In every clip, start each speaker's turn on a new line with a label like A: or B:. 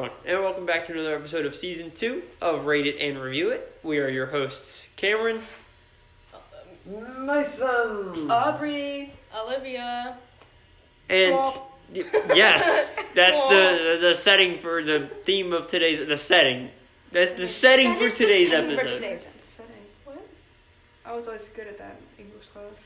A: welcome back to another episode of season two of Rate It and Review It. We are your hosts, Cameron.
B: My son.
C: Aubrey.
D: Olivia.
A: And
D: Womp.
A: y- yes, that's the the setting for the theme of today's the setting. That's the setting
C: That
A: for
C: is the
A: today's
C: setting
A: episode.
C: For today's episode. What? I was always good at that in English class.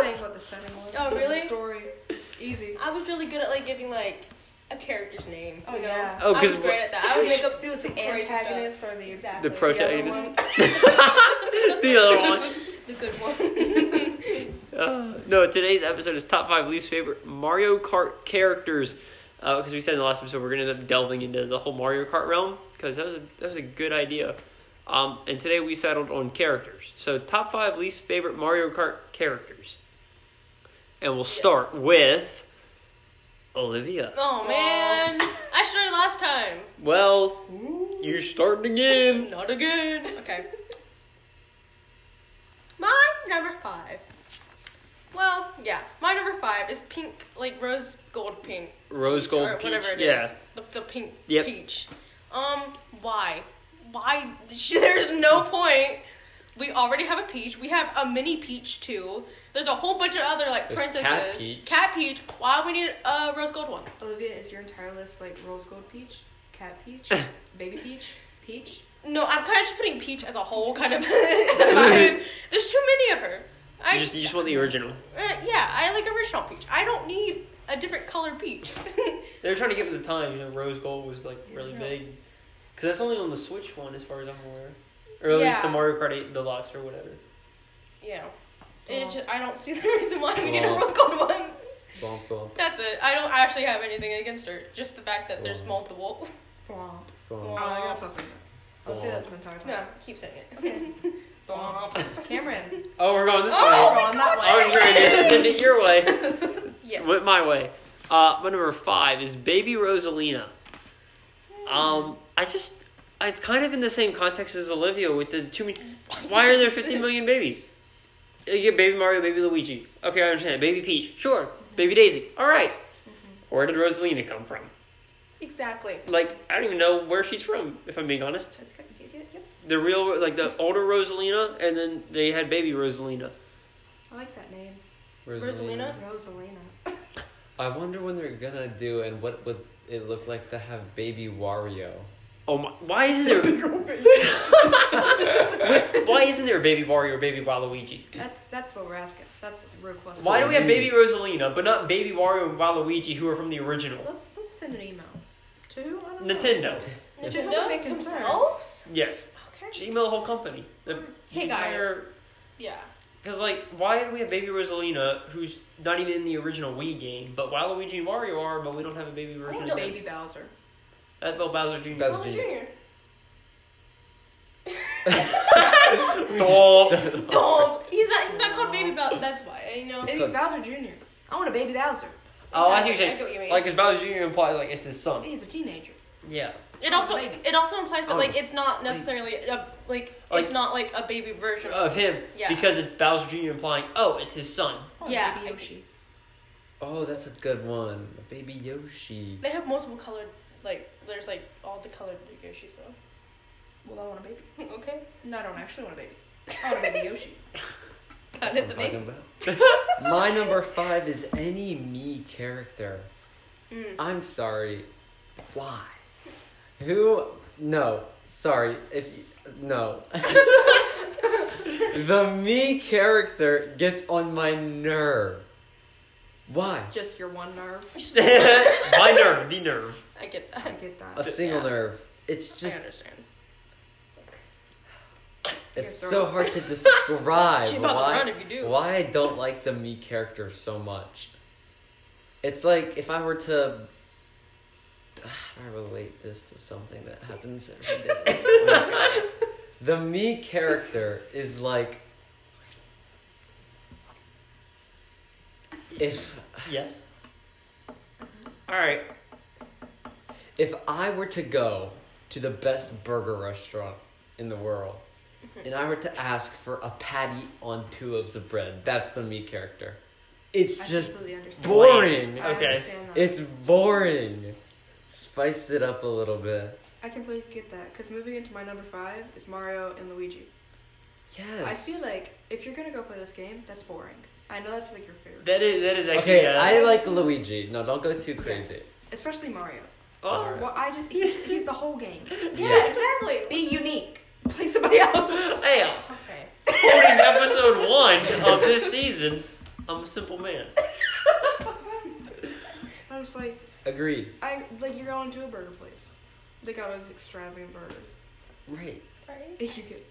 C: Saying what the setting was.
D: Oh,
C: the
D: really?
C: story. It's easy.
D: I was really good at like giving like a character's name.
C: Oh,
D: you know?
C: yeah.
A: Oh,
D: I
A: 'cause
D: was great at that. I would make up
C: It was the
D: crazy stuff.
C: antagonist or the
D: Exactly.
A: The
D: other
A: protagonist.
D: one.
A: the other one.
D: The good one.
A: Uh, no, today's episode is top five least favorite Mario Kart characters. Because we said in the last episode, we're gonna end up delving into the whole Mario Kart realm because that was a, that was a good idea. Um, and today we settled on characters. So top five least favorite Mario Kart characters, and we'll start with Olivia.
D: oh man. I started last time.
A: Well, you starting again.
D: Not again. Okay. My number five. Well, yeah. My number five is pink, like rose gold pink.
A: Rose
D: peach,
A: gold
D: Or
A: peach,
D: whatever it is.
A: yeah.
D: The, the pink
A: Yep.
D: peach. Um, why? Why? There's no point. We already have a peach. We have a mini peach too. There's a whole bunch of other like
A: There's Cat
D: princesses.
A: Peach.
D: Cat peach. Why we need a rose gold one?
C: Olivia, is your entire list like rose gold peach, cat peach, baby peach, peach?
D: No, I'm kind of just putting peach as a whole kind of. vibe. There's too many of her. I
A: You just you just want the original.
D: Uh, yeah, I like original peach. I don't need a different color peach.
A: They were trying to get with the time. You know, rose gold was like really
D: Yeah.
A: big. 'Cause big, because that's only on the Switch one, as far as I'm aware, or at least the
D: Yeah.
A: Mario Kart 8 Deluxe or whatever.
D: yeah.
C: Oh.
D: It's just I don't see the reason why we need a
B: Oh.
D: rose gold one.
B: Bump, bump,
D: That's it. I don't actually have anything against her. Just the fact that there's
B: Oh.
D: multiple.
C: Thwomp. Oh,
B: bump.
D: Wow.
C: I gotta stop saying that. I'll say that this entire time.
D: No, keep saying it.
C: Okay.
D: Thwomp.
C: Cameron.
A: Oh, we're going this
D: Oh,
A: way.
C: Wrong that
A: I was going to send it your way.
D: Yes.
A: Went my way. Uh, my number five is Baby Rosalina. Um, I just, it's kind of in the same context as Olivia with the too many. Why are there 50 million babies? You get Baby Mario, Baby Luigi. Okay, I understand. Baby Peach, sure.
D: Mm-hmm.
A: Baby Daisy, all right. Where did Rosalina come from?
D: Exactly.
A: like I don't even know where she's from, if I'm being honest.
C: That's good. Yep, yep, yep.
A: The real, like the older Rosalina, and then they had baby Rosalina.
C: I like that name.
D: Rosalina?
C: Rosalina.
B: I wonder when they're gonna do and what would it look like to have baby Wario.
A: Oh my! Why isn't there? why isn't there a baby Mario or baby Waluigi?
C: That's that's what we're asking. That's the real question.
A: Why do we have baby Rosalina but not baby Wario and Waluigi, who are from the original
C: Let's, let's send an email to who? I don't know.
A: Nintendo?
D: Did
C: Yeah.
D: you
C: Who
D: know
C: am I concerned?
D: themselves?
A: Yes,
D: Okay.
A: she emailed the whole company. The
D: Hey, guys. Yeah.
A: Because like, why do we have baby Rosalina, who's not even in the original Wii game, but Waluigi and Mario are, but we don't have a baby
C: I
A: version?
C: want
A: of
C: baby Bowser.
A: That Bill Bowser Jr.
B: Bowser
D: Bowser
B: Jr.
D: Jr.
A: Dog.
D: Dog. He's not. He's not called Baby Bell. That's why. You know.
C: And he's Bowser Jr. I want a baby Bowser.
A: Oh, I see what
D: Exactly.
A: you're
D: I get what you
A: saying.
D: mean.
A: Like, because Bowser Jr. implies, like, it's his son.
C: He's a teenager.
A: Yeah.
D: It also it also implies that like it's not necessarily a, like
A: oh. Like- uh.
D: it's not like a baby version.
A: Of him.
D: Yeah.
A: Because it's Bowser Jr. implying, oh, it's his son.
C: I want a
D: Yeah.
C: baby Yoshi.
B: Oh, that's a good one. Baby Yoshi.
D: They have multiple colored like there's like all the colored Yoshis though.
C: Well, I want a baby.
D: okay.
C: No, I don't actually want a baby. I want a baby Yoshi.
D: Got
B: That's
D: it. The
B: what I'm
D: base.
B: talking about. My number five is any me character.
D: Mm.
B: I'm sorry. Why? Who? No. Sorry. If you, no. the me character gets on my nerve. Why?
C: Just your one nerve.
A: My nerve. The nerve.
D: Hmm. I get
C: I
D: that.
C: get
B: A
C: that.
B: single
D: Yeah.
B: nerve. It's just.
D: I understand.
B: It's
C: You're
B: so
C: throwing-
B: hard to describe.
D: She about to
B: why,
D: run if you do.
B: Why I don't like the me character so much. It's like if I were to. How do I relate this to something that happens every day? the me character is like. If
A: Yes. Alright.
B: if I were to go to the best burger restaurant in the world,
C: Mm-hmm.
B: and I were to ask for a patty on two loaves of bread, that's the me character.
C: I
B: It's just
C: completely understand.
A: boring.
C: I
A: Okay.
C: understand that.
B: it's boring. Spice it up a little bit.
C: I completely get that because moving into my number five is Mario and Luigi.
B: Yes.
C: I feel like if you're gonna go play this game, that's boring. I know that's like your favorite,
A: That is that is actually uh,
B: Okay, I
A: yes.
B: like Luigi. No, don't go too crazy.
C: especially Mario.
A: Oh,
B: Alright.
C: Well, I just he's, he's the whole game.
D: Yeah, exactly.
C: Be unique. Play somebody else.
A: hey,
D: Okay.
A: quoting episode one of this season, I'm a simple man.
C: I was like,
B: Agreed.
C: I like you're going to a burger place. They got all these extravagant burgers.
B: Right.
D: Right.
C: You get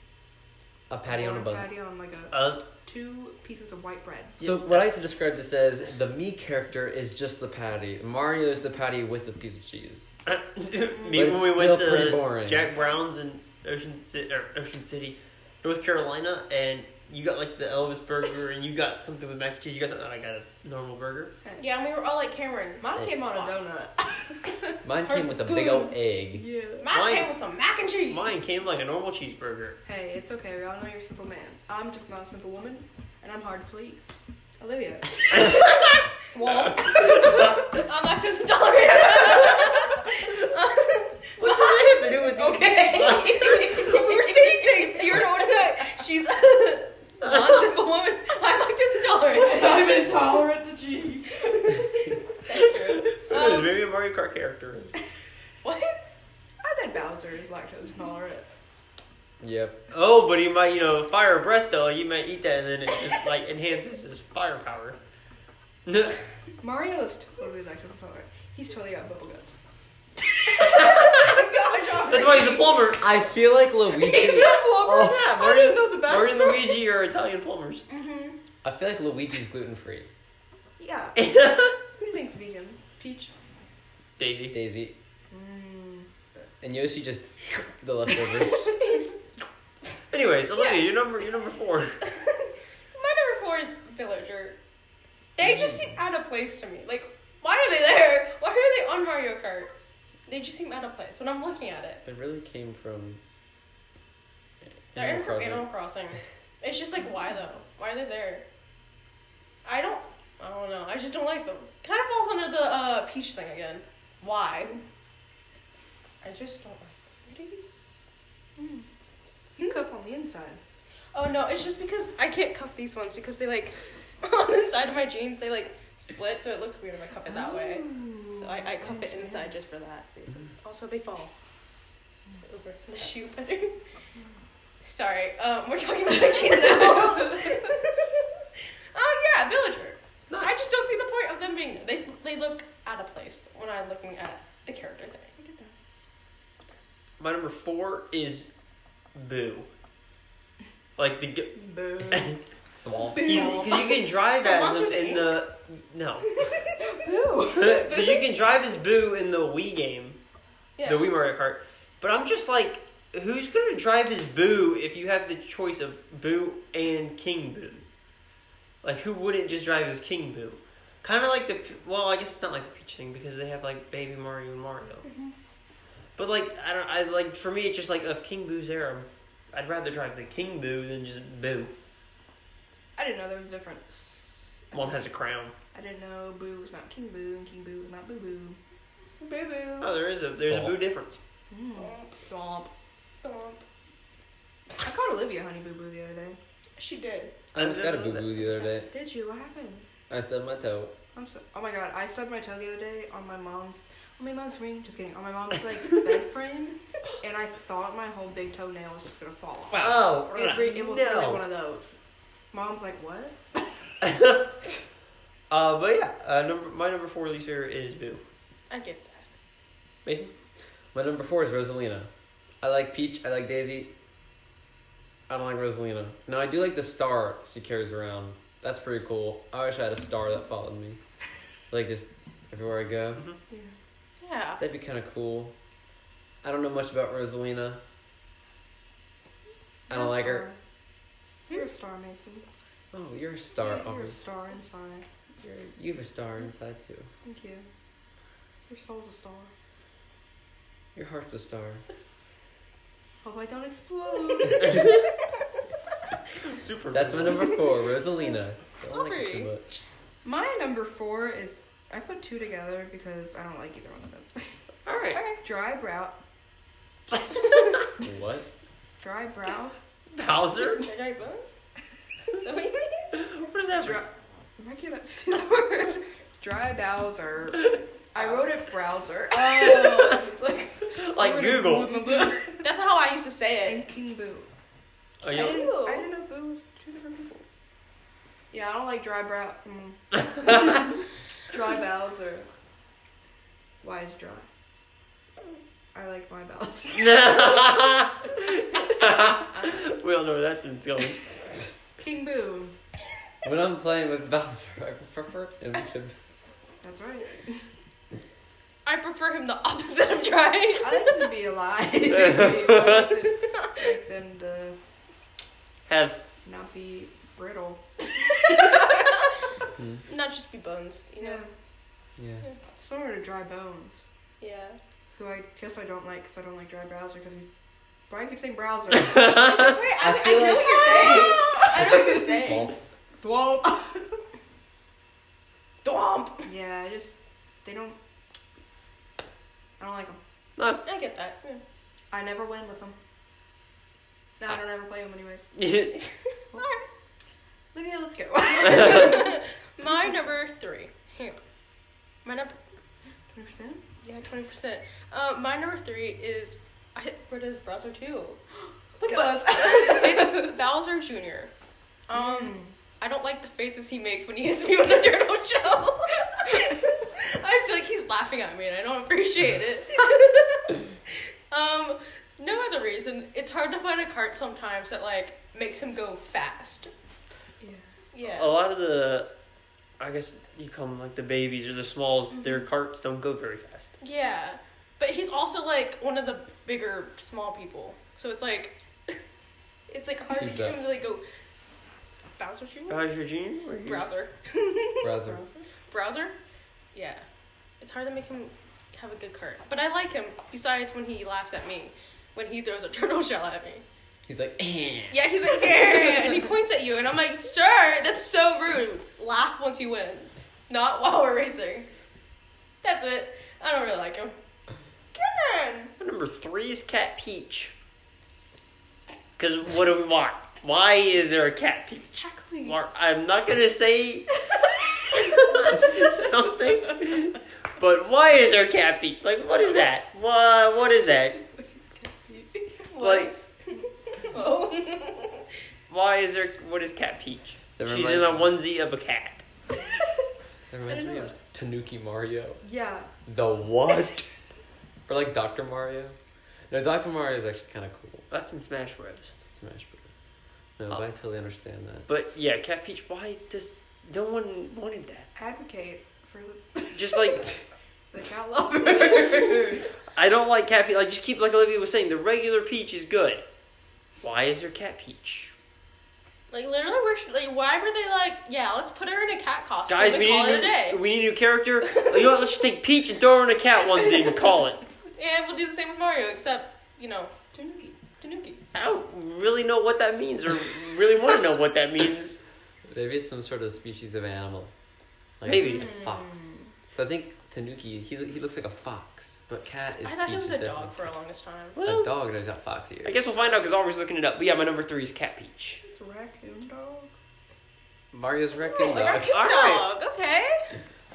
B: A patty on a
C: one
B: bun.
C: patty on like a
A: Uh,
C: two pieces of white bread.
B: So what I like to describe this as the me character is just the patty. Mario is the patty with a piece of cheese.
A: me
B: it's
A: when we
B: still
A: went
B: pretty
A: to
B: boring.
A: Jack Brown's in Ocean City, or Ocean City, North Carolina, and you got like the Elvis burger, and you got something with mac and cheese. You got something. oh, I got a normal burger.
D: Yeah, and we were all like Cameron.
C: Mine
B: Hey.
C: came on a donut.
B: Mine came with a big old egg.
C: yeah.
D: Mine
A: Mine-
D: came with some mac and cheese.
A: Mine came like a normal cheeseburger.
C: Hey, it's okay. We all know you're a simple man. I'm just not a simple woman, and I'm hard to please. Olivia.
D: Well, I'm lactose intolerant.
A: What does that have to do with the-
D: okay. We're stating things. You're an order. She's a non-simple woman. I'm lactose intolerant.
C: I'm intolerant to cheese.
A: Who knows? Maybe a Mario Kart character.
D: What?
C: I bet Bowser is lactose intolerant.
B: Yep.
A: Oh, but he might, you know, fire breath though. You might eat that, and then it just like enhances his firepower.
C: Mario is totally lactose intolerant. He's totally got bubble guts.
D: Gosh,
A: That's why he's a plumber.
B: I feel like Luigi.
A: Yeah,
C: I didn't know the
A: Mario and
C: backstory.
A: Luigi are Italian plumbers.
B: I feel like Luigi's gluten free.
C: Yeah. Who do you think's vegan? Peach.
A: Daisy.
B: Daisy
C: Mm.
B: and Yoshi just the leftovers.
A: Anyways, Olivia, you're number you're number four.
D: My number four is villager. They just seem out of place to me. Like, why are they there? Why are they on Mario Kart? They just seem out of place when I'm looking at it.
B: they really came from.
D: They're in from Animal Crossing. It's just like, why though? Why are they there? I don't. I don't know. I just don't like them. Kind of falls under the uh, peach thing again. Why? I just don't like. Them.
C: You can cook on the inside.
D: Oh no! It's just because I can't cuff these ones because they like on the side of my jeans they like split, so it looks weird if I cuff it that way. So I, I cuff it
C: Understand.
D: inside just for that reason. Also, they fall over the shoe better. Sorry, um, we're talking about kids now. um, yeah, villager. I just don't see the point of them being there. They, they look out of place when I'm looking at the character thing.
C: I get that.
A: My number four is Boo. Like the g-
C: Boo.
A: he's because you can drive
D: The
A: as
D: Monsters,
A: him in
D: Inc.
A: the no,
C: Boo.
A: 'Cause you can drive as Boo in the Wii game,
D: Yeah.
A: the Wii Mario Kart. But I'm just like, who's gonna drive as Boo if you have the choice of Boo and King Boo? Like, who wouldn't just drive as King Boo? Kind of like the P- well, I guess it's not like the Peach thing because they have like Baby Mario and Mario. But like, I don't, I like for me, it's just like if King Boo's there, I'm, I'd rather drive the King Boo than just Boo.
C: I didn't know there was a difference.
A: One has a crown.
C: I didn't know Boo was not King Boo and King Boo was not Boo Boo. Boo Boo.
A: Oh, there is a there's a
B: Ball.
A: Boo difference.
C: Mm. Stomp.
D: Thump.
C: I called Olivia Honey Boo Boo the other day.
D: She did.
B: I almost got a boo boo the other day.
C: Did you? What happened?
B: I stubbed my toe.
C: I'm so. Oh my god! I stubbed my toe the other day on my mom's on my mom's ring. Just kidding. On my mom's like bed frame, and I thought my whole big toenail was just gonna fall off.
A: Oh,
C: It, re- it was
A: no.
C: like one of those. Mom's like, what?
A: Uh, but yeah, uh, number my number four least favorite is Boo.
D: I get that.
A: Mason.
B: My number four is Rosalina. I like Peach. I like Daisy. I don't like Rosalina. Now I do like the star she carries around. That's pretty cool. I wish I had a star that followed me, like just everywhere I go.
A: Mm-hmm.
C: Yeah.
D: Yeah.
B: That'd be kind of cool. I don't know much about Rosalina. I
C: You're
B: don't
C: a
B: like her.
C: star. You're a star, Mason.
B: Oh, you're a star.
C: Yeah, You're a
B: always.
C: star inside.
B: You're, you have a star inside too.
C: Thank you. Your soul's a star.
B: Your heart's a star.
C: Hope I don't explode.
A: Super.
B: That's my number four, Rosalina. Don't like it
D: Sorry.
B: too much.
C: My number four is I put two together because I don't like either one of them.
A: All right.
C: Dry brow,
B: What?
C: Dry brows.
A: Bowser?
D: Did I bone? Is that what you mean?
A: What does that mean?
C: Dry. Am I gonna say the word? Dry Bowser. I wrote it browser.
D: Oh, like
A: Like Google.
D: that's how I used to say it.
C: And King Boo.
A: Are
C: I,
A: you?
C: didn't,
D: Ew.
C: I didn't know Boo was two different people. Yeah, I don't like dry brow. Mm. dry Bowser. Why is dry? I like my Bowser.
A: we all know where that sentence going.
C: King Boo.
B: When I'm playing with Bowser, I prefer him to.
C: That's right.
D: I prefer him the opposite of dry.
C: I like them to be alive. I like them- like them to
A: Have
C: not be brittle.
D: Not just be bones, you know.
C: Yeah.
B: Hmm. Yeah.
C: Similar to dry bones.
D: Yeah.
C: who I guess I don't like because I don't like Dry Browser because he's. Why do I keep saying Browser?
D: Wait,
B: I
D: I, I,
B: feel
D: know
B: like-
D: what you're saying. I know what you're saying.
B: Bonk.
C: Dwomp.
D: Dwomp.
C: Yeah, I just they don't. I don't like them.
A: not.
D: I get that. yeah.
C: I never win with them. No, I don't ever play them anyways. Lydia, let's go.
D: My number three. Hang on. My number
C: Twenty percent.
D: yeah, twenty percent. Uh, my number three is I where does Bowser two?
C: Look at us.
D: it's Bowser Jr. Um
C: Mm.
D: I don't like the faces he makes when he hits me with a turtle shell. I feel like he's laughing at me and I don't appreciate it. um, no other reason. It's hard to find a cart sometimes that like makes him go fast.
C: Yeah.
D: Yeah.
A: A
B: Oh.
A: lot of the, I guess you call them like the babies or the smalls. Their carts don't go very fast.
D: Yeah, but he's also like one of the bigger small people, so it's like it's like hard
B: Who's
D: to get
B: that? Uh,
D: him to like go Bowser Jr.
A: How's your junior? Where are you?
D: Browser,
B: Bowser.
D: browser. Yeah, it's hard to make him have a good cart, but I like him. Besides, when he laughs at me, when he throws a turtle shell at me.
B: He's like, eh.
D: Yeah, he's like, "Eh," and he points at you, and I'm like, sir, that's so rude. Laugh once you win, not while we're racing. That's it. I don't really like him. Come on.
A: Number three is Cat Peach. Because what do we want? Why is there a Cat Peach?
D: Exactly.
A: Mark, I'm not gonna say something, but why is there a Cat Peach? Like, what is that? What? What is that? Like,
D: oh.
A: why is there? What is Cat Peach?
B: That
A: She's in a onesie of a cat.
B: That reminds me of Tanuki Mario.
C: Yeah.
B: The what? or like Dr. Mario? No, Dr. Mario is actually kind of cool.
A: That's in Smash Bros.
B: It's Smash Bros. No,
A: Oh.
B: but I totally understand that.
A: But yeah, Cat Peach. Why does no one wanted that?
C: Advocate for the,
A: Just like
C: the cat lovers.
A: I don't like Cat Peach. Like just keep like Olivia was saying, the regular Peach is good. Why is there Cat Peach?
D: Like literally, where she, like why were they like, yeah, let's put her in a cat costume
A: Guys,
D: and
A: we
D: call
A: need
D: it
A: a
D: a
A: new,
D: day.
A: we need a new character. Oh, you know what? Let's just take Peach and throw her in a cat onesie and call it.
D: And we'll do the same with Mario, except you know,
C: Tanuki.
D: Tanuki.
A: I don't really know what that means, or really want to know what that means.
B: Maybe it's some sort of species of animal. Like
A: Maybe.
B: a
D: Hmm.
B: fox. So I think Tanuki, he, he looks like a fox. But cat is
D: I thought
B: Peach
D: it was
B: is
D: a
B: definitely-
D: dog for a longest time.
A: Well,
B: a dog and he's got fox
A: I
B: ears.
A: guess we'll find out because always looking it up. But yeah, my number three is Cat Peach.
C: It's a raccoon dog.
B: Mario's
D: Oh
B: wrecking
D: Like our
B: dog.
D: cute
A: All right.
D: dog, okay.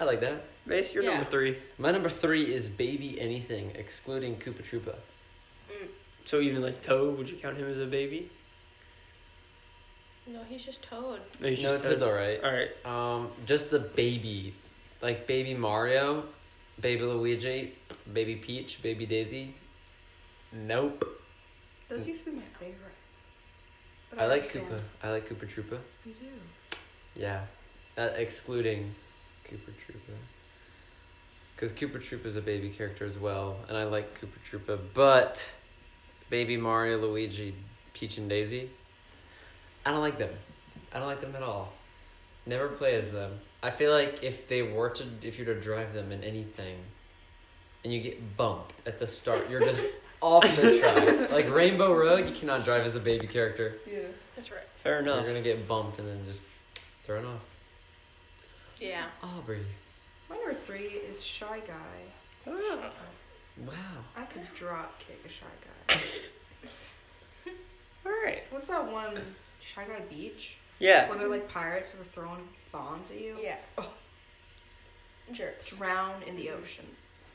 B: I like that.
A: Mace, you're
D: Yeah.
A: number three.
B: My number three is Baby Anything, excluding Koopa Troopa.
A: So even like Toad, would you count him as a baby?
D: No, he's just Toad.
A: No, he's
B: no,
A: just
B: Toad's
A: Toad.
B: alright.
A: All right.
B: Um, just the baby, like baby Mario, baby Luigi, baby Peach, baby Daisy. Nope.
C: Those used to be my favorite. But
B: I like
C: understand.
B: Koopa. I like Koopa Troopa.
C: We do.
B: Yeah, that excluding Koopa Troopa. Because Koopa Troopa is a baby character as well, and I like Koopa Troopa, but Baby Mario, Luigi, Peach, and Daisy, I don't like them. I don't like them at all. Never play as them. I feel like if they were to, if you were to drive them in anything, and you get bumped at the start, you're just off the track. Like Rainbow Road, you cannot drive as a baby character.
C: Yeah.
D: That's right.
A: Fair enough.
B: You're gonna get bumped and then just thrown off.
D: Yeah.
B: Aubrey.
D: Oh,
C: My number three is Shy Guy.
A: Ah.
B: Wow.
C: I could drop kick a shy guy.
A: All right.
C: What's that one shy guy beach
A: Yeah.
C: where they're like pirates who are throwing bombs at you?
D: Yeah. Jerks.
C: Drown in the ocean.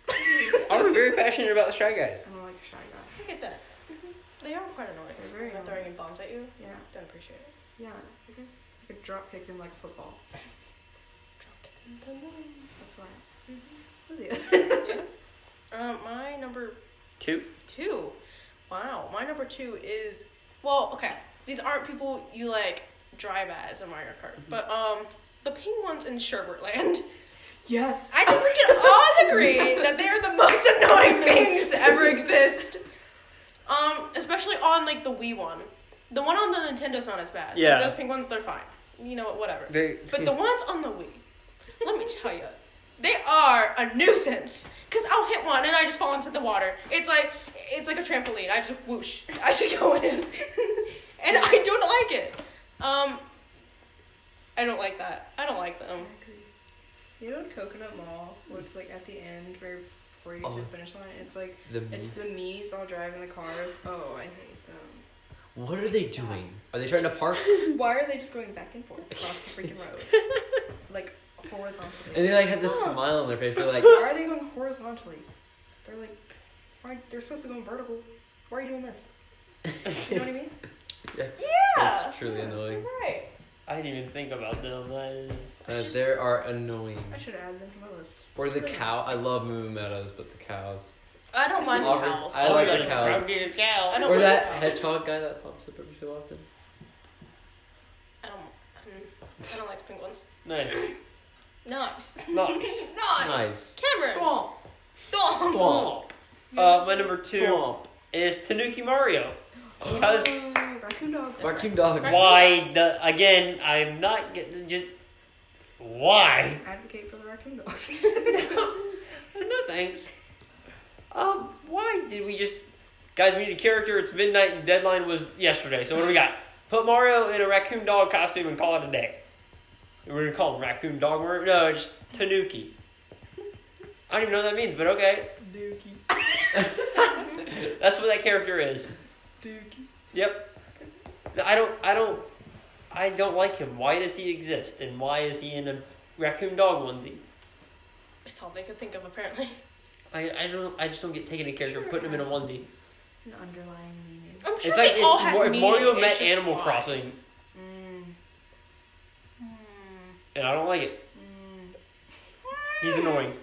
A: I was very passionate about the Shy Guys.
C: I don't like a shy guy.
D: Look at that. They are quite Mm-hmm. annoying.
C: They're very
D: Not
C: annoying.
D: throwing bombs at you.
C: Yeah,
D: Don't appreciate it.
C: yeah. I could drop kick them like football.
D: Drop kick them to the
C: That's why. Mm-hmm.
D: Um, my number
A: Two.
D: two. Wow, my number two is well, okay. These aren't people you like drive as in Mario Kart, but um, the penguins in Sherbert Land.
C: Yes.
D: I think we can all agree that they are the most annoying things to ever exist. Um, especially on like the Wii one. The one on the Nintendo's not as bad.
A: Yeah.
D: Those penguins, they're fine. You know what? Whatever.
A: They,
D: But the ones on the Wii, let me tell you, they are a nuisance. Cause I'll hit one and I just fall into the water. It's like it's like a trampoline. I just whoosh. I just go in, and I don't like it. Um, I don't like that. I don't like them.
C: agree. You know, in Coconut Mall, where it's like at the end, right before you get to
B: Oh. Mm-hmm.
C: the finish line, it's like
B: The me-
C: it's the me's all driving the cars. Oh, I hate them.
B: what are they doing? Are they trying to park?
C: Why are they just going back and forth across the freaking road, like horizontally?
B: and they like had this smile on their face. They're like,
C: Why are they going horizontally? They're like, why? They're supposed to be going vertical. Why are you doing this? You know what I mean?
D: Yeah.
B: That's truly
D: yeah,
B: annoying.
D: you're Right.
A: I didn't even think about them. That is...
B: uh,
C: just-
B: there are annoying.
C: I should add them to my list.
B: Or the cow. I love Moo Moo Meadows, but the cows.
D: I don't mind the
B: Awkward.
D: cows.
B: I like
A: Oh,
B: the cow.
A: From being a cow.
D: I don't
B: Or
D: mind
B: that
D: the cows.
B: hedgehog guy that pops up every so often.
D: I don't. mm, I don't like the penguins.
A: Nice.
D: Nice.
A: Nice.
D: Nice.
B: Nice.
D: Cameron.
A: Bonk.
D: Dom.
A: Bonk. Uh, my number two is Tanuki Mario. Because
C: Ooh, Oh, raccoon dog.
B: Barking dog.
D: Right.
A: why the again? I'm not get- just why.
C: Advocate for the raccoon dogs.
A: no thanks. Um, why did we just guys? We need a character. It's midnight and deadline was yesterday. So what do we got? Put Mario in a raccoon dog costume and call it a day. And we're gonna call him raccoon dog. Mario. No, just Tanuki. I don't even know what that means, but okay.
C: Dookie.
A: That's what that character is.
C: Dookie.
A: Yep. I don't. I don't. I don't like him. Why does he exist? And why is he in a raccoon dog onesie?
D: It's all they could think of apparently.
A: I, I don't. I just don't get taking a character and putting him in a
C: Sure.
A: onesie.
C: An underlying meaning.
D: I'm sure
A: It's
D: they
A: like it's
D: all had
A: Mar- if Mario
D: meaning, it's
A: met
D: just
A: Animal
D: why.
A: Crossing,
C: Mm,
D: Mm.
A: and I don't like it.
C: mm.
A: He's annoying.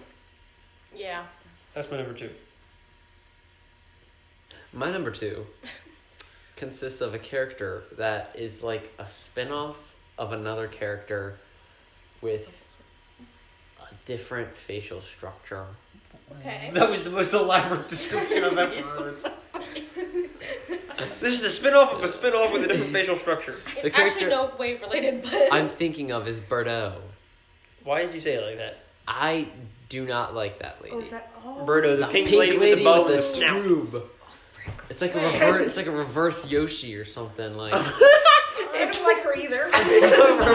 D: Yeah.
A: That's my number two.
B: My number two consists of a character that is like a spin off of another character with a different facial structure.
D: Okay.
A: That was the most elaborate description I've ever heard. This is the spin-off of a spin-off with a different facial structure.
B: The
D: It's actually
B: character-
D: no way related, but
B: I'm thinking of is Birdo.
A: Why did you say it like that?
B: I do not like that lady.
C: Oh, Oh, is that all?
A: Birdo, the, pink, lady, with the bow and the snout.
B: scroob. It's like a
D: Right.
B: reverse. It's like a reverse Yoshi or something. Like
C: I don't like her either.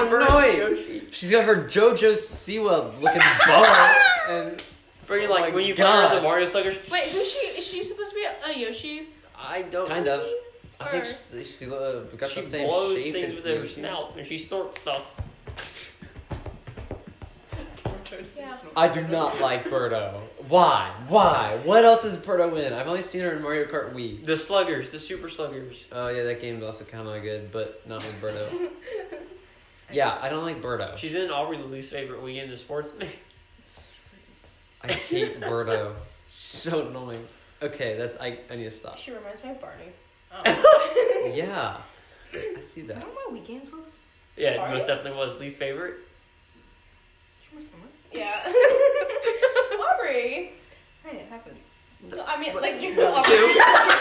B: Reverse she's got her JoJo Siwa looking bow, and
A: Freaking
B: Oh
A: like
B: my
A: when you put her on the
B: gosh.
A: Mario Sluggers.
D: wait, who's she? Is she supposed to be a, a Yoshi?
A: I don't.
B: kind of. I think
D: Or-
B: she, she uh, got
A: She
B: the same
A: blows
B: shape
A: things
B: as
A: with her
B: Yoshi.
A: snout and she snorts stuff.
B: I do not like Birdo. Why? Why? What else is Birdo in? I've only seen her in Mario Kart Wii.
A: The Sluggers, the Super Sluggers.
B: Oh yeah, that game's also kind of good, but not with Birdo. yeah, I don't like Birdo.
A: She's in Aubrey's least favorite weekend of sports.
B: I hate Birdo. so annoying. Okay, that's I, I need to stop.
D: Oh, She reminds me of Barney. Oh.
B: Yeah, I see
C: Is that
B: that.
C: on my Wii games list?
A: yeah, it
D: Are
A: most
D: you?
A: definitely was least favorite.
C: Sure, it's not.
D: yeah. Aubrey.
C: Hey, it happens.
D: No, I mean, like you.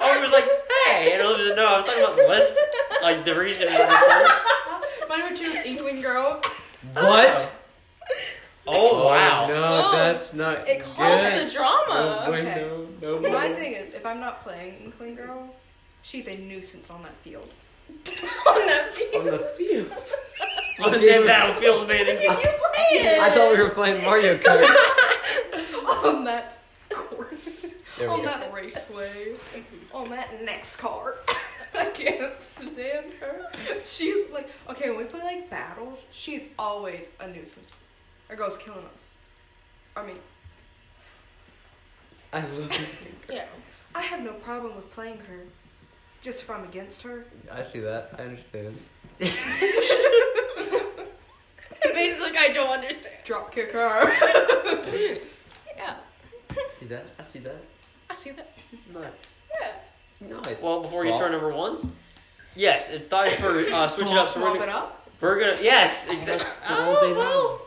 A: Aubrey was like, "Hey," and Olivia said, "No, I was talking about the list, like the reason." we were recording."
C: My number two is Inkling Girl.
B: What?
A: Oh wow!
B: No,
D: Oh,
B: that's not.
D: It calls
B: good.
D: the drama.
A: Oh,
B: No,
C: okay.
B: bueno, no,
C: My
B: bueno.
C: thing is, if I'm not playing Inkling Girl, she's a nuisance on that field.
D: On that
B: On the field.
A: On the dead battlefield, man.
D: Did you play it?
B: I thought we were playing Mario Kart.
C: on that court.
B: There we
C: on
B: go.
C: that raceway, on that NASCAR. I can't stand her. She's like, okay, when we play like battles, she's always a nuisance. Our girl's killing us. I mean,
B: I love you.
D: Yeah.
C: I have no problem with playing her, just if I'm against her.
B: I see that. I understand.
D: He's like, I don't understand.
C: Drop kick her.
D: Yeah.
B: I see that. I see that.
D: I see that.
B: Nice.
D: Yeah.
B: Nice.
A: Well, before you
B: Well-
A: turn number ones, yes, it's time for uh, switch it up. So we're
C: Blow it
A: gonna,
C: up.
A: we're gonna yes, exactly.
B: That's the whole day long.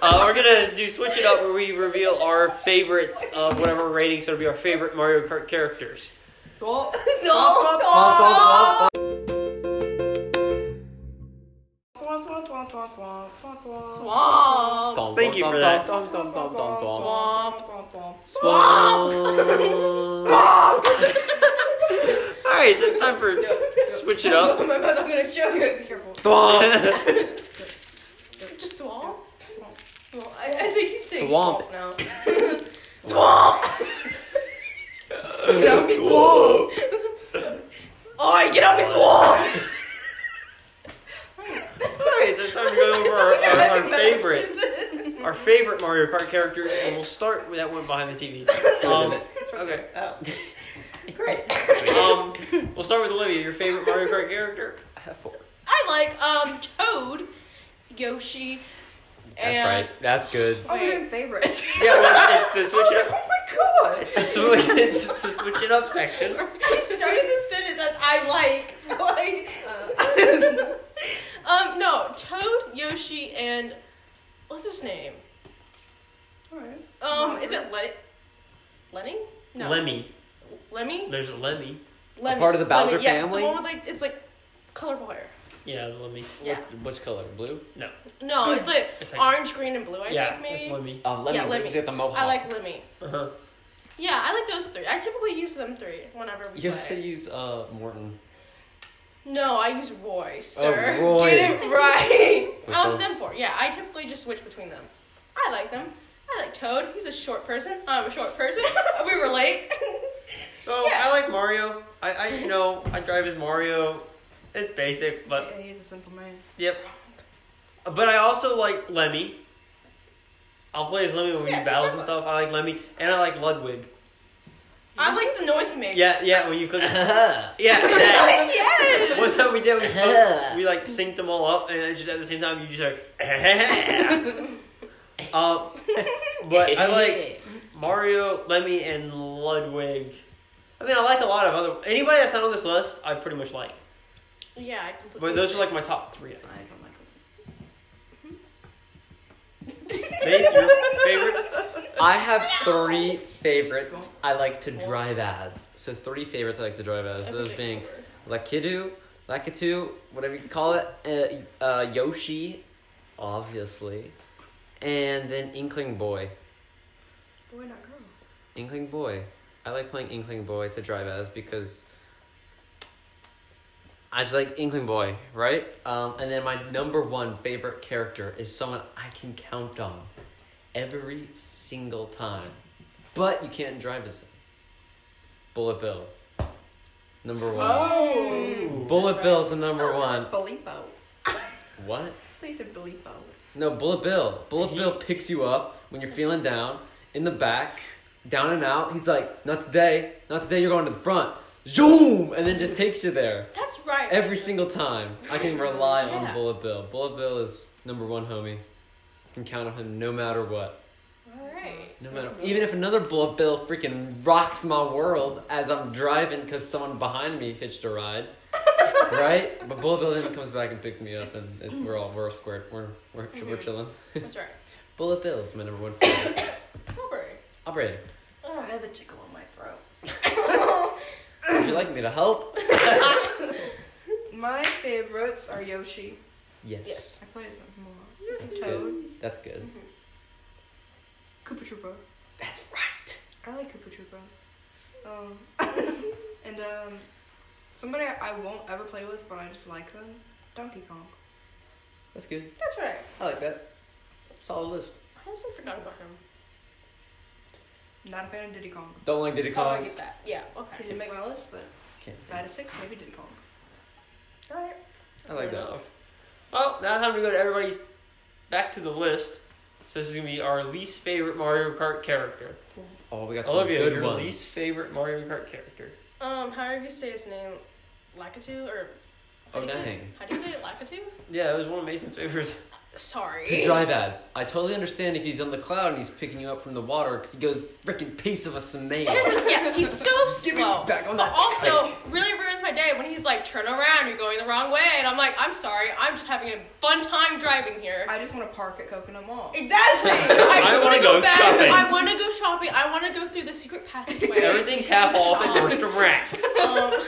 A: Uh, we're gonna do switch it up where we reveal our favorites of whatever rating. So it'll be our favorite Mario Kart characters.
C: Blow-
D: No,
B: Bonk, bonk, bonk, bonk.
C: Thwomp, thwomp, thwomp, thwomp, thwomp, thwomp, thwomp.
D: Swamp.
B: Bonk,
A: Thank
B: bonk,
A: you for
B: bonk,
A: that.
B: bonk, bonk, bonk, bonk, bonk.
C: Thwomp, thwomp, thwomp.
B: Swamp.
A: All right, so it's time for switch it up.
D: My mouth, I'm gonna choke it.
C: Careful.
D: Just swamp? Well, I, as I keep saying
B: Swamp.
D: swamp, now.
C: Get off me, swamp.
D: Oh, get up his wall!
A: All right, so it's time to go over our, our, our favorite, our favorite Mario Kart characters, and we'll start with that one behind the TV. Um, okay.
D: Great.
A: Um, we'll start with Olivia. Your favorite Mario Kart character? I have four.
D: I like um Toad, Yoshi,
B: That's
D: and
B: right. That's good.
C: Oh, we're in favorites.
A: Yeah, well, it's the switch it up.
C: Oh my god.
A: It's the switch, it's the switch it up section.
D: I started the sentence as I like, so like. um, no, Toad, Yoshi, and what's his name?
C: Alright.
D: Um, is it Le- Lenny? No,
A: Lemmy.
D: Lemmy.
A: There's a Lemmy.
D: Lemmy.
B: part of the Bowser
D: Lemmy, yes,
B: family?
D: the one with like it's like colorful hair.
A: Yeah, it's Lemmy.
D: Yeah.
B: Which color? Blue?
A: No.
D: No, it's like,
A: It's like-
D: orange, green, and blue. I
A: yeah,
D: think maybe.
A: it's Lemmy.
B: Oh, let
D: Yeah,
B: me.
D: let
B: He's
D: me.
B: got the mohawk.
D: I like Lemmy.
A: Uh-huh.
D: Yeah, I like those three. I typically use them three whenever we
B: You
D: play.
B: have to use uh Morton.
D: No, I use
A: Oh,
D: Roy, sir.
B: Roy.
D: Get it right. um,
B: Okay.
D: them four. Yeah, I typically just switch between them. I like them. I like Toad. He's a short person. I'm a short person. we relate.
A: So
D: Yeah.
A: I like Mario. I, I you know I drive as Mario. It's basic, but
C: Yeah, he's a simple man.
A: yep. But I also like Lemmy. I'll play as Lemmy when we
D: Yeah,
A: do battles and
D: exactly.
A: stuff. I like Lemmy, and I like Ludwig.
D: I like the noise he makes.
A: Yeah, yeah. When you click, yeah.
B: That's
A: yeah.
D: yes.
A: One time we did, we, sunk, we like synced them all up, and just at the same time, you just like. uh, but I like Mario, Lemmy, and Ludwig. I mean, I like a lot of other anybody that's not on this list. I pretty much like,
D: Yeah, I completely.
A: but those are like my top three. I
C: I
A: think.
C: don't like him.
A: Mace, your favorites?
B: I have three favorites I like to drive as. So three favorites I like to drive as. Those being Lakitu, Lakitu, whatever you call it, uh, uh, Yoshi, obviously, and then Inkling Boy.
C: Boy, not girl.
B: Inkling Boy. I like playing Inkling Boy to drive as because I just like Inkling Boy, right? Um, and then my number one favorite character is someone I can count on every single time. But you can't drive as him. Bullet Bill. Number one.
C: Oh.
B: Bullet Bill's the number one.
C: It's Belipo.
B: What?
C: They said Belipo.
B: No, Bullet Bill. Bullet
A: He-
B: Bill picks you up when you're feeling down, in the back, down and out. He's like, not today, not today, you're going to the front. Zoom! And then just takes you there.
D: That's right.
B: Every single time. I can rely
D: Yeah.
B: on Bullet Bill. Bullet Bill is number one homie. can count on him no matter what.
D: All right.
B: No matter even if another Bullet Bill freaking rocks my world as I'm driving because someone behind me hitched a ride. right? But Bullet Bill then comes back and picks me up and it's, we're all we're squared. We're we're, we're chilling.
D: That's right.
B: Bullet Bill is my number one favorite.
D: Cooper.
B: Operator,
C: Oh, I have a tickle on my throat.
D: Mm-hmm.
B: would you like me to help?
C: My favorites are Yoshi.
B: Yes.
D: Yes.
C: I play as him more. And Toad.
B: That's good.
C: Koopa Troopa.
B: That's right.
C: I like Koopa Troopa. Um, and um, somebody I won't ever play with, but I just like them. Donkey Kong.
B: That's good.
D: That's right.
B: I like that. Solid list.
D: I honestly forgot about him.
C: Not a fan of Diddy Kong.
B: Don't like Diddy
D: Oh, I
B: Kong.
D: get that. Yeah.
C: He
D: Okay.
C: didn't make my list, but
B: Can't
C: if I had
B: stand.
C: a six, maybe Diddy Kong.
D: All right.
B: I like
A: Fair
B: that.
A: enough. Well, Oh, now time to go to everybody's back to the list. So this is gonna be our least favorite Mario Kart character.
B: Oh, we got some
A: Olivia,
B: good
A: your
B: ones.
A: least favorite Mario Kart character.
D: Um, however you say his name, Lakitu or how
B: Oh,
D: do you say it?
B: dang.
D: How do you say it? Lakitu?
A: Yeah, it was one of Mason's favorites.
D: Sorry.
B: To drive as. I totally understand if he's on the cloud and he's picking you up from the water because he goes freaking piece of a snail.
D: yes, he's so
B: Give me
D: slow.
B: back on
D: But
B: that
D: also,
B: bike.
D: really ruins my day when he's like, "Turn around, you're going the wrong way," and I'm like, "I'm sorry, I'm just having a fun time driving here."
C: I just want to park at Coconut Mall.
D: Exactly. I,
A: I
D: wanna
A: wanna go
D: back.
A: shopping.
D: I want to go shopping. I want to go through the secret passageway.
A: Everything's half
D: The
A: off at
D: shops.
A: Nordstrom Rack.
D: Um,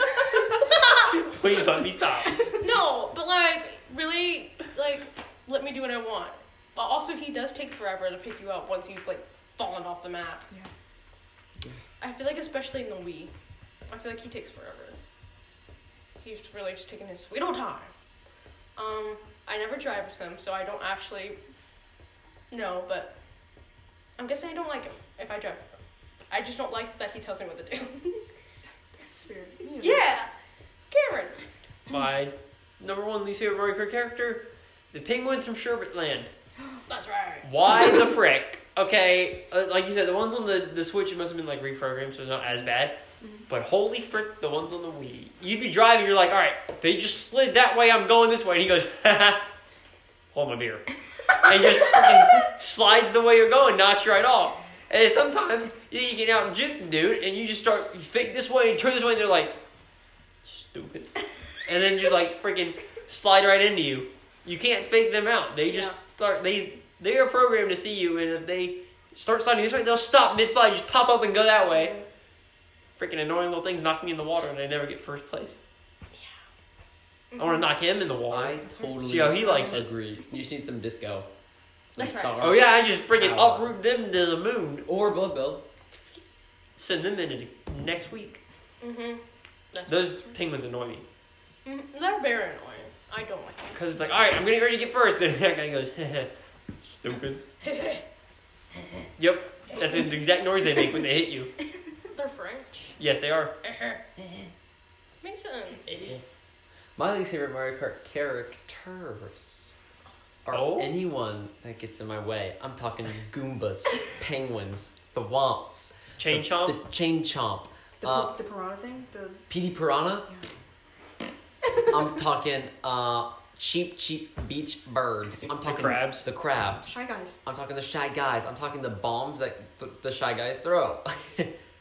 A: Please let me stop.
D: no, but like, really, like, let me do what I want. But also, he does take forever to pick you up once you've like fallen off the map.
C: Yeah.
D: I feel like, especially in the Wii, I feel like he takes forever. He's really just taking his sweet old time. Um, I never drive with him, so I don't actually know, but I'm guessing I don't like him if I drive with him. I just don't like that he tells me what to do.
C: Spirit.
D: yeah! Cameron!
A: My number one least favorite Mario Kart character, the penguins from Sherbetland.
D: That's right.
A: Why the frick? Okay, uh, like you said, the ones on the, the Switch it must have been like reprogrammed, so it's not as bad. But holy frick, the ones on the Wii. You'd be driving, you're like, all right, they just slid that way, I'm going this way. And he goes, hold my beer. and just freaking slides the way you're going, knocks you right off. And sometimes you you get out and juke the dude, and you just start, you fake this way and turn this way, and they're like, stupid. and then just like freaking slide right into you. You can't fake them out. They just start, they they are programmed to see you, and if they start sliding this way, they'll stop mid slide, just pop up and go that way. Freaking annoying little things knock me in the water, and I never get first place. I want to knock him in the water.
B: I totally
A: See how he likes it.
B: agree. You just need some disco. Some
D: That's right.
B: star.
A: Oh yeah, I just freaking
B: Ow.
A: uproot them to the moon.
B: Or Blood Bell.
A: Send them into the- next week.
D: Mm-hmm. That's
A: Those penguins annoy me
D: hmm They're very annoying. I don't like them.
A: because it's like, all right, I'm getting ready to get first, and that guy goes, stupid. yep, that's the exact noise they make when they hit you.
D: They're French.
A: Yes, they are.
D: Mason.
B: My least favorite Mario Kart characters are
A: Oh?
B: anyone that gets in my way. I'm talking Goombas, penguins, the Womps,
A: Chain
B: the,
A: chomp.
B: the Chain Chomp,
C: The,
B: uh,
C: the piranha thing? The.
B: Petey Piranha.
C: Yeah.
B: I'm talking uh, cheap, cheap beach birds. I'm talking
A: crabs.
B: The crabs.
C: Shy guys.
B: I'm talking the shy guys. I'm talking the bombs that th- the shy guys throw.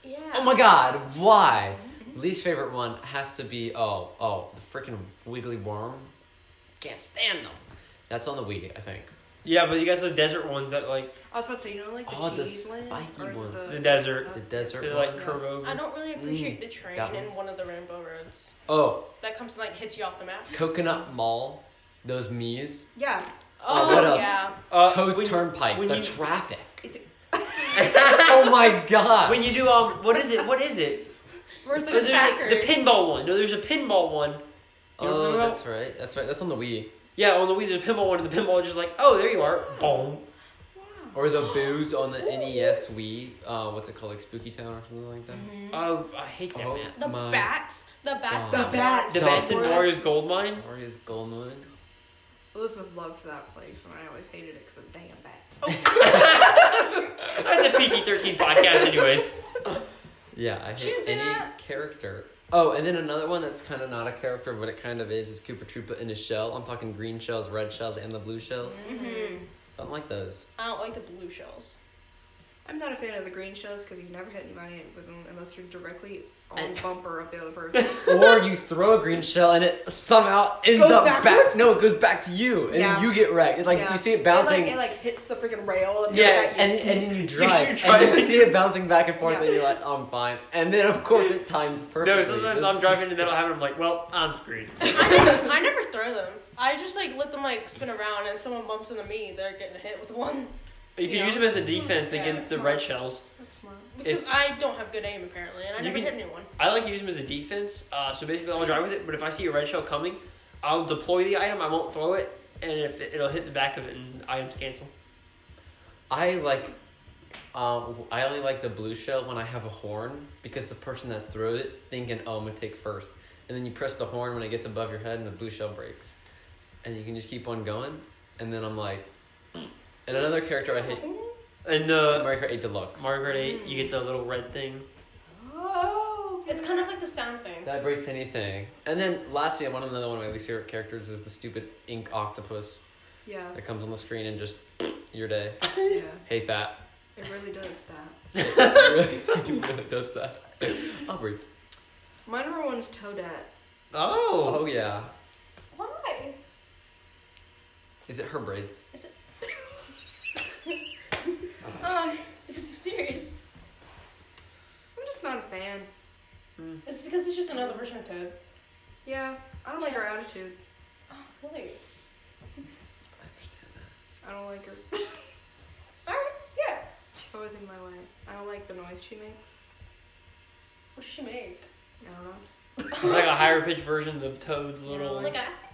D: Yeah.
B: oh my god, why? Least favorite one has to be oh oh the freaking wiggly worm. Can't stand them. That's on the Wii, I think.
A: Yeah, but you got the desert ones that like
C: I was about to say, you know, like the
B: Oh, the
C: cheese land?
B: spiky
C: or is it
B: one.
A: the
C: The,
A: desert.
B: The desert
A: They
B: one.
A: like curve over.
D: I don't really appreciate
B: Mm,
D: the train
B: that
D: in
B: one's-
D: one of the rainbow roads.
B: oh,
D: That comes and like hits you off the map.
B: Coconut Mall. Those Mii's.
C: yeah.
B: Oh, what else?
D: yeah.
A: Uh,
B: Toad
A: when-
B: Turnpike.
A: when
B: the
A: you-
B: traffic.
C: It's,
B: oh my god.
A: When you do um, what is it? What is it?
D: Where it's like
A: Oh,
D: a
A: there's
D: tracker.
A: a- the pinball one. No, there's a pinball one. You don't
B: Oh,
A: remember
B: that's
A: that?
B: right. That's right. That's on the Wii.
A: yeah. On the Wii, there's a pinball one, and the pinball is just like, oh, there you are, boom.
C: wow.
B: Or the booze on the NES Wii. Uh, what's it called? Like Spooky Town or something like that.
A: Oh, I hate that
B: Oh.
A: map.
D: the
B: my
D: bats. The bats. that
B: God.
C: The bats.
A: The
B: Some-
A: Bats and
C: Or-
A: Warriors Gold Mine.
B: Warriors Gold Mine.
C: Elizabeth loved that place, and I always hated it because of the damn bats.
A: That's a PG thirteen podcast, anyways.
B: Yeah, I hate
D: Choose
B: any
D: it.
B: character. Oh, and then another one that's kind of not a character, but it kind of is, is Koopa Troopa in his shell. I'm talking green shells, red shells, and the blue shells.
C: Mm-hmm.
D: Mhm.
B: Don't like those.
D: I don't like the blue shells.
C: I'm not a fan of the green shells because you can never hit anybody with them unless you're directly on the bumper of the other person.
B: or you throw a green shell and it somehow ends
D: Goes
B: up
D: backwards?
B: back. No, it goes back to you, and
C: Yeah.
B: then you get wrecked. It's like
C: Yeah.
B: you see it
C: It
B: bouncing.
C: like, it like hits the freaking rail. And
B: yeah,
C: goes at
B: and,
C: you.
B: and then you
A: You're
B: drive,
A: driving.
B: and you see it bouncing back and forth,
C: Yeah.
B: and you're like, I'm fine. And then, of course, it times perfectly.
A: No, sometimes
B: This
A: I'm
B: is-
A: driving and that'll happen. I'm like, well, I'm screwed.
D: I never throw them. I just like let them like spin around, and if someone bumps into me, they're getting hit with one.
A: You can
D: Yeah.
A: use them as a defense
D: Yeah,
A: against the
C: smart.
A: red shells.
C: That's smart.
D: Because I don't have good aim apparently, and I
A: You
D: never
A: can-
D: hit anyone.
A: I like to use them as a defense. Uh, so basically, I'll drive with it. But if I see a red shell coming, I'll deploy the item. I won't throw it, and if it, it'll hit the back of it, and items cancel.
B: I like Um, I only like the blue shell when I have a horn because the person that threw it thinking, "Oh, I'm gonna take first. and then you press the horn when it gets above your head and the blue shell breaks, and you can just keep on going. And then I'm like, and another character I hate, uh,
A: And the
B: Mario Kart 8 Deluxe.
A: Mario Kart 8, you get the little red thing.
C: Oh.
D: It's kind of like the sound thing.
B: that breaks anything. And then lastly, I want another one of my least favorite characters is the stupid ink octopus
C: Yeah.
B: that comes on the screen and just your day.
C: Yeah.
B: Hate that.
C: It really does that.
B: It really, really does that. Oh, I'll breathe.
C: My number one is Toadette.
B: Oh
A: Oh.
B: yeah.
D: Why?
B: Is it her braids?
D: Um, this is serious.
C: I'm just not a fan.
D: It's because it's just another version of Toad.
C: Yeah. I don't like her attitude.
D: Oh, really?
B: I understand that.
C: I don't like her.
D: Alright, yeah.
C: She's always in my way. I don't like the noise she makes.
D: What should she make?
C: I don't know.
A: Oh, It's like a higher pitched version of Toad's
C: Yeah,
A: little.
D: It's like "Ah."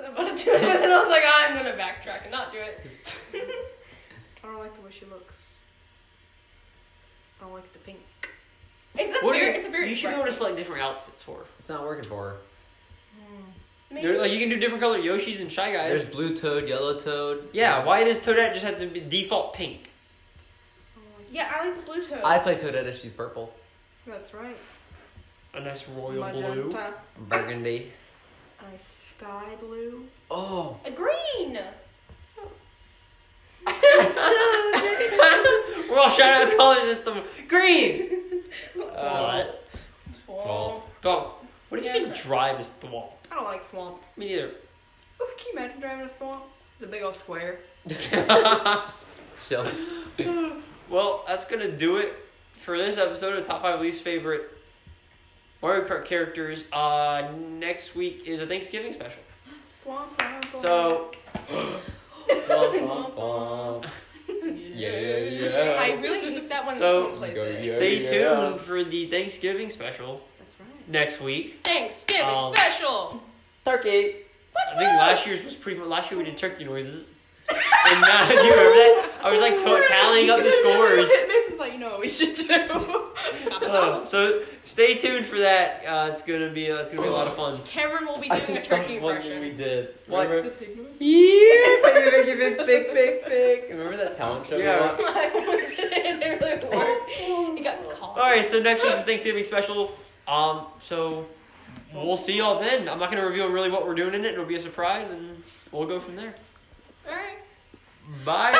D: I. I was about to do it, but then I was like, "Ah, I'm gonna backtrack and not do it.
C: I don't like the way she looks. I don't like the pink.
D: It's a
A: What do
D: very,
A: you-
D: it's a very.
A: you should be able to select different outfits for. her.
B: It's not working for her.
D: Maybe
A: There- like you can do different color Yoshi's and Shy Guys.
B: There's blue toad, yellow toad.
A: yeah, why does Toadette just have to be default pink?
C: I don't like
D: Yeah, I like the blue toad.
B: I play Toadette if she's purple.
C: That's right.
A: A nice royal blue.
C: Magenta.
B: Burgundy.
C: Nice sky blue.
B: Oh,
D: a green.
A: We're all shouting out colors and stuff. Green! Uh,
D: Well,
A: Thwomp. What do you
D: Yeah,
A: think
D: that's
A: drive is thwomp?
C: I don't like thwomp.
A: Me neither.
C: Ooh, can you imagine driving a thwomp? The big old square.
B: Shell.
A: Well, that's gonna do it for this episode of Top Five Least Favorite Mario Kart Characters. Uh, next week is a Thanksgiving special,
C: Thwomp, thwomp, thwomp.
A: so
B: Bum, bum, bum. Yeah, yeah.
D: I really hate that one.
A: So-
D: someone plays
B: Go,
D: it.
B: yeah.
A: stay tuned for the Thanksgiving special
C: That's right.
A: next week.
D: Thanksgiving
A: Um,
D: special.
B: Turkey.
A: I think last year's was pretty. Last year we did turkey noises. And now, do you remember that? I was like to- tallying up the scores.
C: Mason's like, you know what we should do.
A: Uh, so stay tuned for that. Uh, it's gonna be uh, it's gonna be a lot of fun.
D: Cameron will be doing a turkey
B: thought of one that
D: impression.
B: we did.
A: What?
B: Remember?
C: pig noise?
B: Yeah, piggy, piggy, pig, pig, pig, pig. Remember that talent show
A: Yeah.
B: we watched?
D: Like, it really worked. He got caught.
A: All right, so next week's Thanksgiving special. Um, so we'll see y'all then. I'm not gonna reveal really what we're doing in it. It'll be a surprise, and we'll go from there.
D: All right.
A: Bye,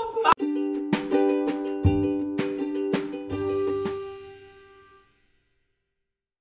A: everybody.